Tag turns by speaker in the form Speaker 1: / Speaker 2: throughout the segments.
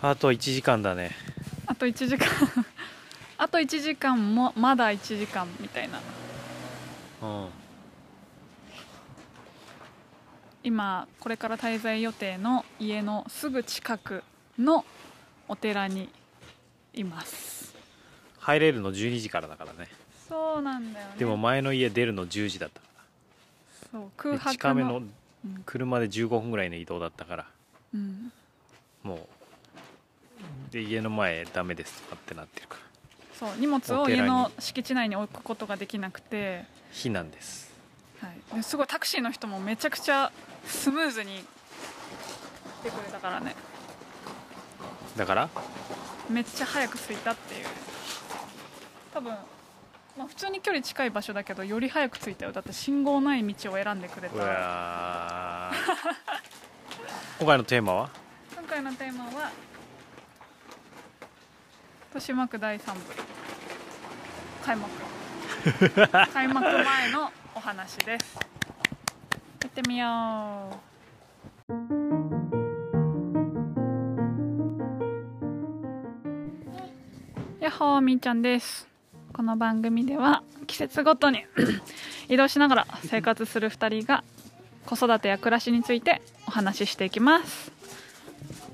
Speaker 1: あと1時間だね
Speaker 2: あと1時間 あと1時間もまだ1時間みたいな
Speaker 1: うん
Speaker 2: 今これから滞在予定の家のすぐ近くのお寺にいます
Speaker 1: 入れるの12時からだからね
Speaker 2: そうなんだよね
Speaker 1: でも前の家出るの10時だったか
Speaker 2: そう
Speaker 1: ら
Speaker 2: 空
Speaker 1: で
Speaker 2: 白
Speaker 1: 近め
Speaker 2: の
Speaker 1: の
Speaker 2: うん
Speaker 1: 車で15分ぐらいの移動だったから
Speaker 2: うん、
Speaker 1: もうで家の前ダメですとかってなってるから
Speaker 2: そう荷物
Speaker 1: お
Speaker 2: を
Speaker 1: 寺に
Speaker 2: 家の敷地内に置くことができなくて、
Speaker 1: 避難です
Speaker 2: はい、ですごいタクシーの人もめちゃくちゃスムーズに来てくれたからね
Speaker 1: だから
Speaker 2: めっちゃ早く着いたっていう多分、まあ、普通に距離近い場所だけどより早く着いたよだって信号ない道を選んでくれ
Speaker 1: う
Speaker 2: た
Speaker 1: わー 今回のテーマは
Speaker 2: 今回のテーマは豊島区第3部開幕開幕前のお話です行ってみようやっほーみーちゃんですこの番組では季節ごとに 移動しながら生活する2人が子育てや暮らしについてお話ししていきます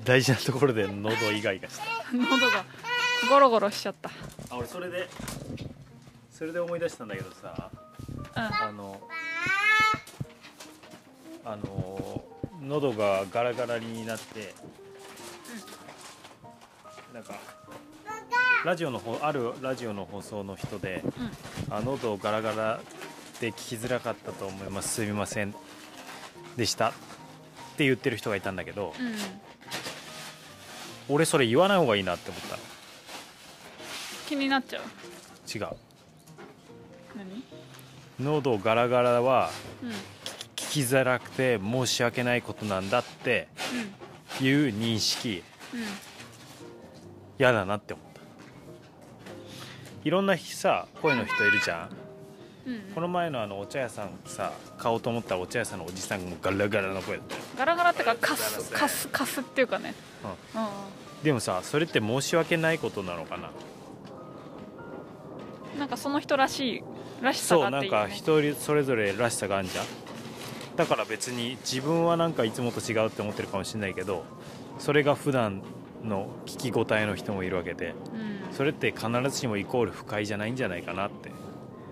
Speaker 1: 大事なところで喉イガイガした
Speaker 2: 喉がゴロゴロしちゃった
Speaker 1: あ俺それでそれで思い出したんだけどさあのあの喉がガラガラになって、なんかラジオのほあるラジオの放送の人で
Speaker 2: うんうん
Speaker 1: 「あ喉ガラガラで聞きづらかったと思いますすみませんでした」って言ってる人がいたんだけど
Speaker 2: うん
Speaker 1: 俺それ言わない方がいいなって思った
Speaker 2: 気になっちゃう
Speaker 1: の違う
Speaker 2: 何
Speaker 1: 喉ガラガラは
Speaker 2: うんうん
Speaker 1: 聞きづらくて申し訳ないことなんだっていう認識嫌だなって思ったいろんなさ声の人いるじゃん
Speaker 2: うんうん
Speaker 1: この前のあのお茶屋さんさ買おうと思ったらお茶屋さんのおじさんがガラガラの声だったよ、
Speaker 2: ガラガラってかカスカスカスっていうかね
Speaker 1: う
Speaker 2: うん
Speaker 1: ん、でもさそれって申し訳ないことなのかな
Speaker 2: うんなんかその人らしいらしさ
Speaker 1: そう
Speaker 2: があ
Speaker 1: な
Speaker 2: って
Speaker 1: ん
Speaker 2: いいよ
Speaker 1: か
Speaker 2: ね
Speaker 1: 一人それぞれらしさがあるじゃんだから別に自分はなんかいつもと違うって思ってるかもしれないけどそれが普段の聞き応えの人もいるわけで
Speaker 2: うん
Speaker 1: それって必ずしもイコール不快じゃないんじゃないかなって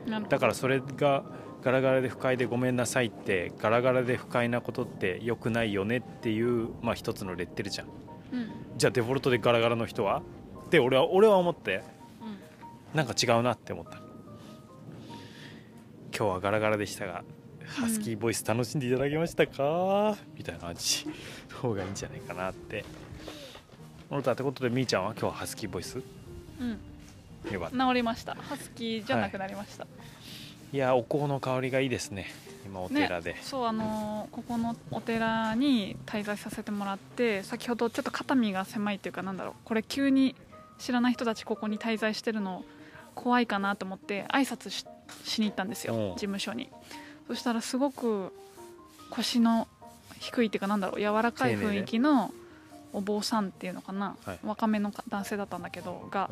Speaker 2: なるほど
Speaker 1: だからそれがガラガラで不快でごめんなさいってガラガラで不快なことって良くないよねっていうまあ一つのレッテルじゃん
Speaker 2: うんうん
Speaker 1: じゃあデフォルトでガラガラの人はって俺は俺は思ってなんか違うなって思った今日はガラガラでしたがハスキーボイス楽しんでいただけましたか、みたいな感じの方がいいんじゃないかなって思ったってことでみーちゃんは今日はハスキーボイス
Speaker 2: うん
Speaker 1: よかった
Speaker 2: 治りましたハスキーじゃなくなりました、
Speaker 1: いやお香の香りがいいですね今お寺で、
Speaker 2: そうあのーここのお寺に滞在させてもらって先ほどちょっと肩身が狭いっていうかなんだろうこれ急に知らない人たちここに滞在してるの怖いかなと思って挨拶ししに行ったんですよ
Speaker 1: うん
Speaker 2: 事務所にそしたらすごく腰の低いっていうかなんだろう柔らかい雰囲気のお坊さんっていうのかな、
Speaker 1: はい
Speaker 2: 若めの男性だったんだけど
Speaker 1: は
Speaker 2: が
Speaker 1: い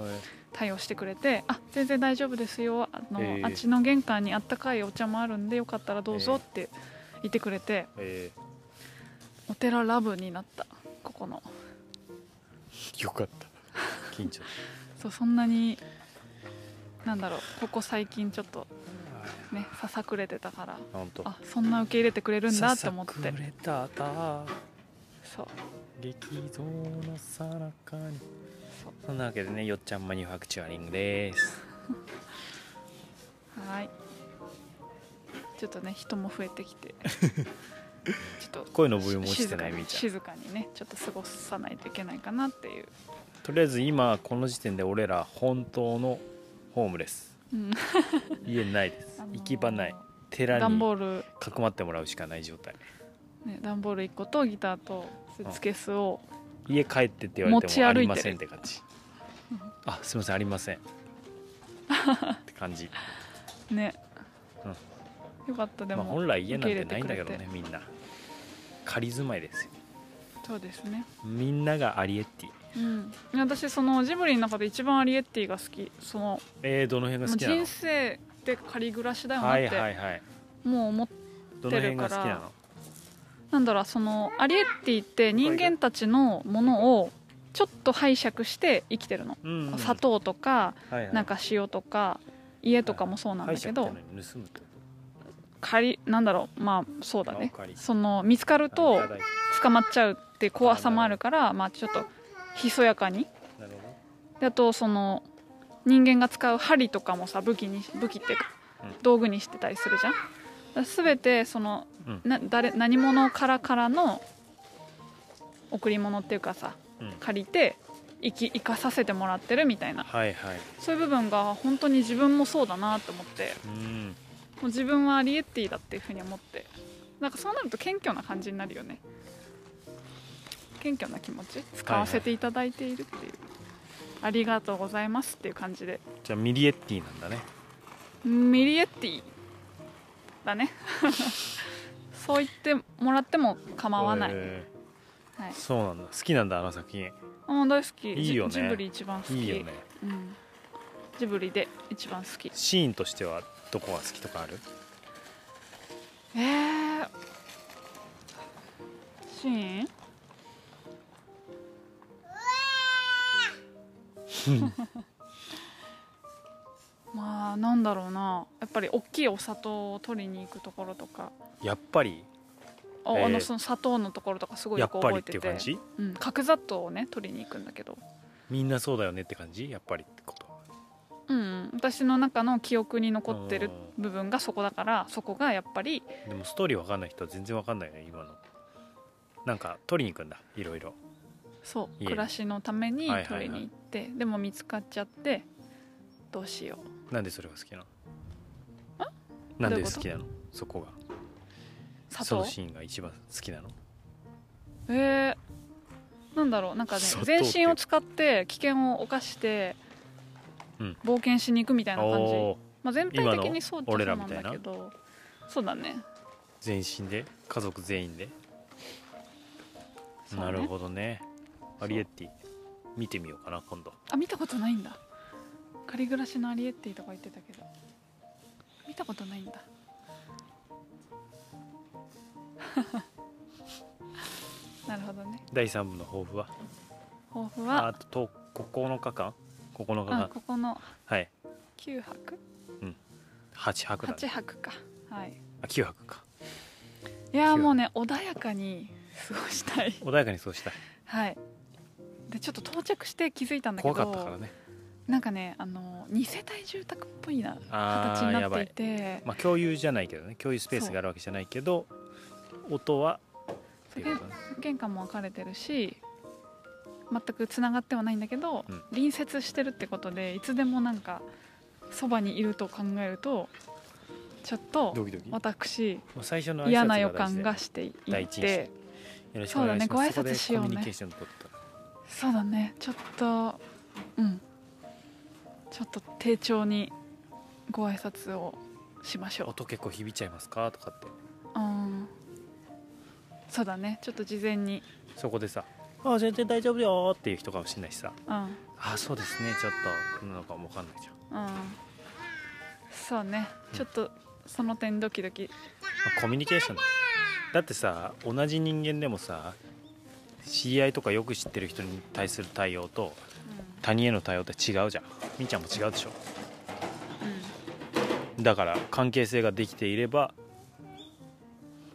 Speaker 2: 対応してくれて「あ全然大丈夫ですよあの、
Speaker 1: ええ
Speaker 2: あっちの玄関にあったかいお茶もあるんでよかったらどうぞ」
Speaker 1: ええ
Speaker 2: って言ってくれて、
Speaker 1: え
Speaker 2: お寺ラブになったここの
Speaker 1: ー よかった緊張
Speaker 2: そうそんなになんだろうここ最近ちょっとねささくれてたから
Speaker 1: 本当
Speaker 2: あそんな受け入れてくれるんだって思っ
Speaker 1: ささ
Speaker 2: て
Speaker 1: くれたた
Speaker 2: そう
Speaker 1: 激動のさなかに
Speaker 2: そう
Speaker 1: そんなわけでねよっちゃんマニュファクチュアリングです
Speaker 2: はーいちょっとね人も増えて きてちょっと
Speaker 1: 声のボリューム落ちてない
Speaker 2: 静か
Speaker 1: みー
Speaker 2: に
Speaker 1: ちゃん
Speaker 2: 静かにねちょっと過ごさないといけないかなっていう、
Speaker 1: とりあえず今この時点で俺ら本当のホームレス
Speaker 2: うん
Speaker 1: 家ないです行き場ない寺
Speaker 2: 段
Speaker 1: に
Speaker 2: ボール
Speaker 1: かくまってもらうしかない状態
Speaker 2: ね、段ボール1個とギターとスーツケースを
Speaker 1: 家帰ってって言われてもありませんって感じ
Speaker 2: 持ち歩いて
Speaker 1: あすいませんありませんって感 じ、
Speaker 2: ね、
Speaker 1: うん
Speaker 2: よかったで
Speaker 1: まあ、
Speaker 2: も、
Speaker 1: 本来家なんてないんだけど
Speaker 2: 受
Speaker 1: ねみんな仮住まいですよ
Speaker 2: そうですね
Speaker 1: みんながアリエッティ
Speaker 2: うん、私そのジブリの中で一番アリエッティが好きその
Speaker 1: えー、どの辺
Speaker 2: も
Speaker 1: が好
Speaker 2: う
Speaker 1: きなの
Speaker 2: 人生って仮暮らしだよなっ
Speaker 1: は
Speaker 2: て、
Speaker 1: いはいはい
Speaker 2: もう思っ
Speaker 1: どの辺が好きなの
Speaker 2: なんだろうそのアリエッティって人間たちのものをちょっと拝借して生きてるの、
Speaker 1: うんうん
Speaker 2: 砂糖とか
Speaker 1: はいはい
Speaker 2: なんか塩とか家とかもそうなんだけど、
Speaker 1: はい借ってのに盗むってこ
Speaker 2: 借りなんだろうまあそうだね
Speaker 1: お借り
Speaker 2: その見つかる
Speaker 1: と
Speaker 2: と
Speaker 1: あいただいて
Speaker 2: 捕まっちゃうって怖さもあるからまあちょっとひそやかに
Speaker 1: なるほど
Speaker 2: であとその人間が使う針とかもさ武器に武器っていうか
Speaker 1: うん
Speaker 2: 道具にしてたりするじゃんだから全てその、
Speaker 1: うん
Speaker 2: な誰何者からからの贈り物っていうかさ
Speaker 1: うん
Speaker 2: 借りて生き生かさせてもらってるみたいな
Speaker 1: はいはい
Speaker 2: そういう部分が本当に自分もそうだなと思って
Speaker 1: うん
Speaker 2: もう自分はアリエッティだっていうふうに思ってなんかそうなると謙虚な感じになるよね謙虚な気持ち使わせていただいているっていう、ありがとうございますっていう感じで
Speaker 1: じゃあミリエッティなんだね
Speaker 2: ミリエッティだね そう言ってもらっても構わない、
Speaker 1: え
Speaker 2: はい
Speaker 1: ー、そうなんだ好きなんだあの作品
Speaker 2: うん大好き
Speaker 1: いいよね
Speaker 2: ジジブリ一番好き
Speaker 1: いいよね
Speaker 2: うん、ジブリで一番好き
Speaker 1: シーンとしてはどこが好きとかある
Speaker 2: えー、シーンまあなんだろうなやっぱり大きいお砂糖を取りに行くところとか
Speaker 1: やっぱり
Speaker 2: あ,、
Speaker 1: えー
Speaker 2: あのその砂糖のところとかすごい
Speaker 1: や
Speaker 2: よ
Speaker 1: っ
Speaker 2: く
Speaker 1: ぱ
Speaker 2: 覚
Speaker 1: り
Speaker 2: え
Speaker 1: っててい
Speaker 2: て
Speaker 1: う感じ
Speaker 2: うん、角砂糖をね取りに行くんだけど、
Speaker 1: みんなそうだよねって感じやっぱりってこと
Speaker 2: うんうん、私の中の記憶に残ってる
Speaker 1: う
Speaker 2: 部分がそこだからそこがやっぱり
Speaker 1: でもストーリーわかんない人は全然わかんないね今のなんか取りに行くんだいろいろ
Speaker 2: そう
Speaker 1: いえ
Speaker 2: 暮らしのために
Speaker 1: はいはいは
Speaker 2: 取
Speaker 1: い
Speaker 2: りに行って、でも見つかっちゃってどうしよう
Speaker 1: なんでそれが好きなのなん
Speaker 2: どう
Speaker 1: で
Speaker 2: いう
Speaker 1: 好
Speaker 2: こと
Speaker 1: きなのそこがそ
Speaker 2: 砂
Speaker 1: の
Speaker 2: 糖
Speaker 1: シーンが一番好きなの
Speaker 2: えー、なんだろうなんかね
Speaker 1: 砂糖
Speaker 2: 全
Speaker 1: って
Speaker 2: 身を使って危険を冒して
Speaker 1: うん
Speaker 2: 冒険しに行くみたいな感じ、
Speaker 1: おー
Speaker 2: まあ、全体的にそうっちゃそう
Speaker 1: 今の俺ら
Speaker 2: な
Speaker 1: み
Speaker 2: ん
Speaker 1: たいな
Speaker 2: だけどそうだね
Speaker 1: 全身で家族全員で、
Speaker 2: そうね
Speaker 1: なるほどね
Speaker 2: う
Speaker 1: アリエッティ見てみようかな今度
Speaker 2: あ見たことないんだ仮暮らしのアリエッティとか言ってたけど見たこ とないんだなるほどね
Speaker 1: 第3部の抱負は
Speaker 2: 抱負
Speaker 1: あ
Speaker 2: は
Speaker 1: あとと9日間9日
Speaker 2: あ
Speaker 1: 間
Speaker 2: ここの
Speaker 1: はい
Speaker 2: 9泊
Speaker 1: 8泊だ、
Speaker 2: 8
Speaker 1: ね、
Speaker 2: 泊かはい
Speaker 1: あ9泊か
Speaker 2: い
Speaker 1: 9
Speaker 2: やーもうね穏やかに過ごしたい
Speaker 1: 穏やかに過ごしたい
Speaker 2: はいでちょっと到着して気づいたんだけど
Speaker 1: 怖かったからね
Speaker 2: なんかねあの2世帯住宅っぽいな
Speaker 1: あー
Speaker 2: 形にな
Speaker 1: や
Speaker 2: っ
Speaker 1: ば
Speaker 2: てい
Speaker 1: い
Speaker 2: て
Speaker 1: まあ共有じゃないけどね共有スペースがあるわけじゃないけど音はっていうことね
Speaker 2: 玄関も分かれてるし全くつながってはないんだけど、
Speaker 1: うん
Speaker 2: 隣接してるってことでいつでもなんかそばにいると考えるとちょっと
Speaker 1: ドキドキ
Speaker 2: 私
Speaker 1: もう最初の挨拶が大事だよ
Speaker 2: 嫌な予感がしてい
Speaker 1: 第一印象
Speaker 2: て
Speaker 1: よろしくお願いします
Speaker 2: そうだねご挨拶
Speaker 1: そこで
Speaker 2: しようね
Speaker 1: コミュニケーション取ったら
Speaker 2: そうだねちょっとうんちょっと丁重にご挨拶をしましょ
Speaker 1: 音結構響いちゃいますかとかって
Speaker 2: ううんそうだねちょっと事前に
Speaker 1: そこでさ「あ全然大丈夫よ」っていう人かもしれないしさ
Speaker 2: う
Speaker 1: 「
Speaker 2: ん
Speaker 1: あそうですねちょっと」なのかもわかんないじゃん、ま
Speaker 2: うんそうねちょっとその点ドキドキ
Speaker 1: あコミュニケーションだだってさ同じ人間でもさ知り合いとかよく知ってる人に対する対応と他人への対応って違うじゃんみーちゃんも違うでしょだから関係性ができていれば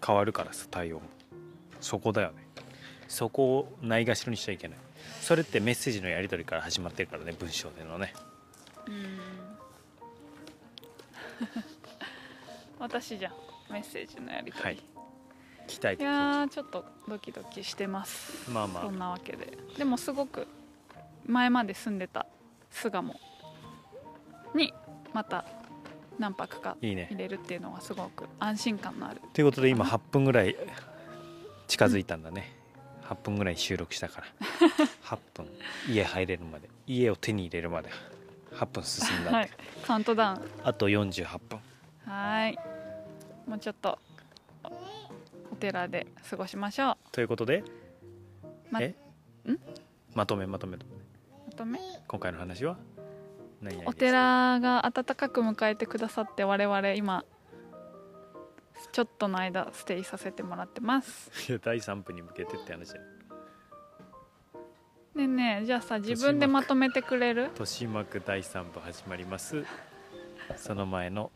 Speaker 1: 変わるからさ対応もそこだよねそこをないがしろにしちゃいけないそれってメッセージのやり取りから始まってるからね文章でのね
Speaker 2: うん、うん、 私じゃんメッセージのやり取り、
Speaker 1: はい期待
Speaker 2: いやーちょっとドキドキしてます
Speaker 1: まあま
Speaker 2: そん
Speaker 1: あ
Speaker 2: なわけででもすごく前まで住んでた巣鴨にまた何泊か
Speaker 1: いい
Speaker 2: 入
Speaker 1: ね
Speaker 2: れるっていうのはすごく安心感のある
Speaker 1: ということで今8分ぐらい近づいたんだね8分ぐらい収録した から8分家入れるまで家を手に入れるまで8分進んだって、
Speaker 2: はいカウントダウン
Speaker 1: あと48分
Speaker 2: はーいもうちょっとおお寺で過ごしましょう
Speaker 1: ということで
Speaker 2: ま
Speaker 1: え
Speaker 2: ん
Speaker 1: まとめまとめとめ
Speaker 2: まとめ
Speaker 1: 今回の話は何々です
Speaker 2: お寺が温かく迎えてくださって我々今ちょっとの間ステイさせてもらってます
Speaker 1: いや第3部に向けてって話じゃない
Speaker 2: ねえねえじゃあさ自分でまとめてくれる
Speaker 1: 豊島区第3部始まりますその前の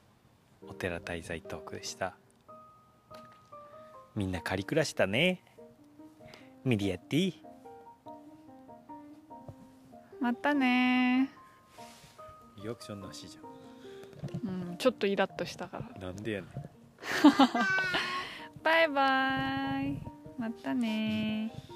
Speaker 1: お寺滞在トークでしたみんな借り暮らしたねミリアティ
Speaker 2: またね
Speaker 1: リアクションなしじゃ
Speaker 2: うん、ちょっとイラッとしたから
Speaker 1: んなんでやねん
Speaker 2: バイバイまたねー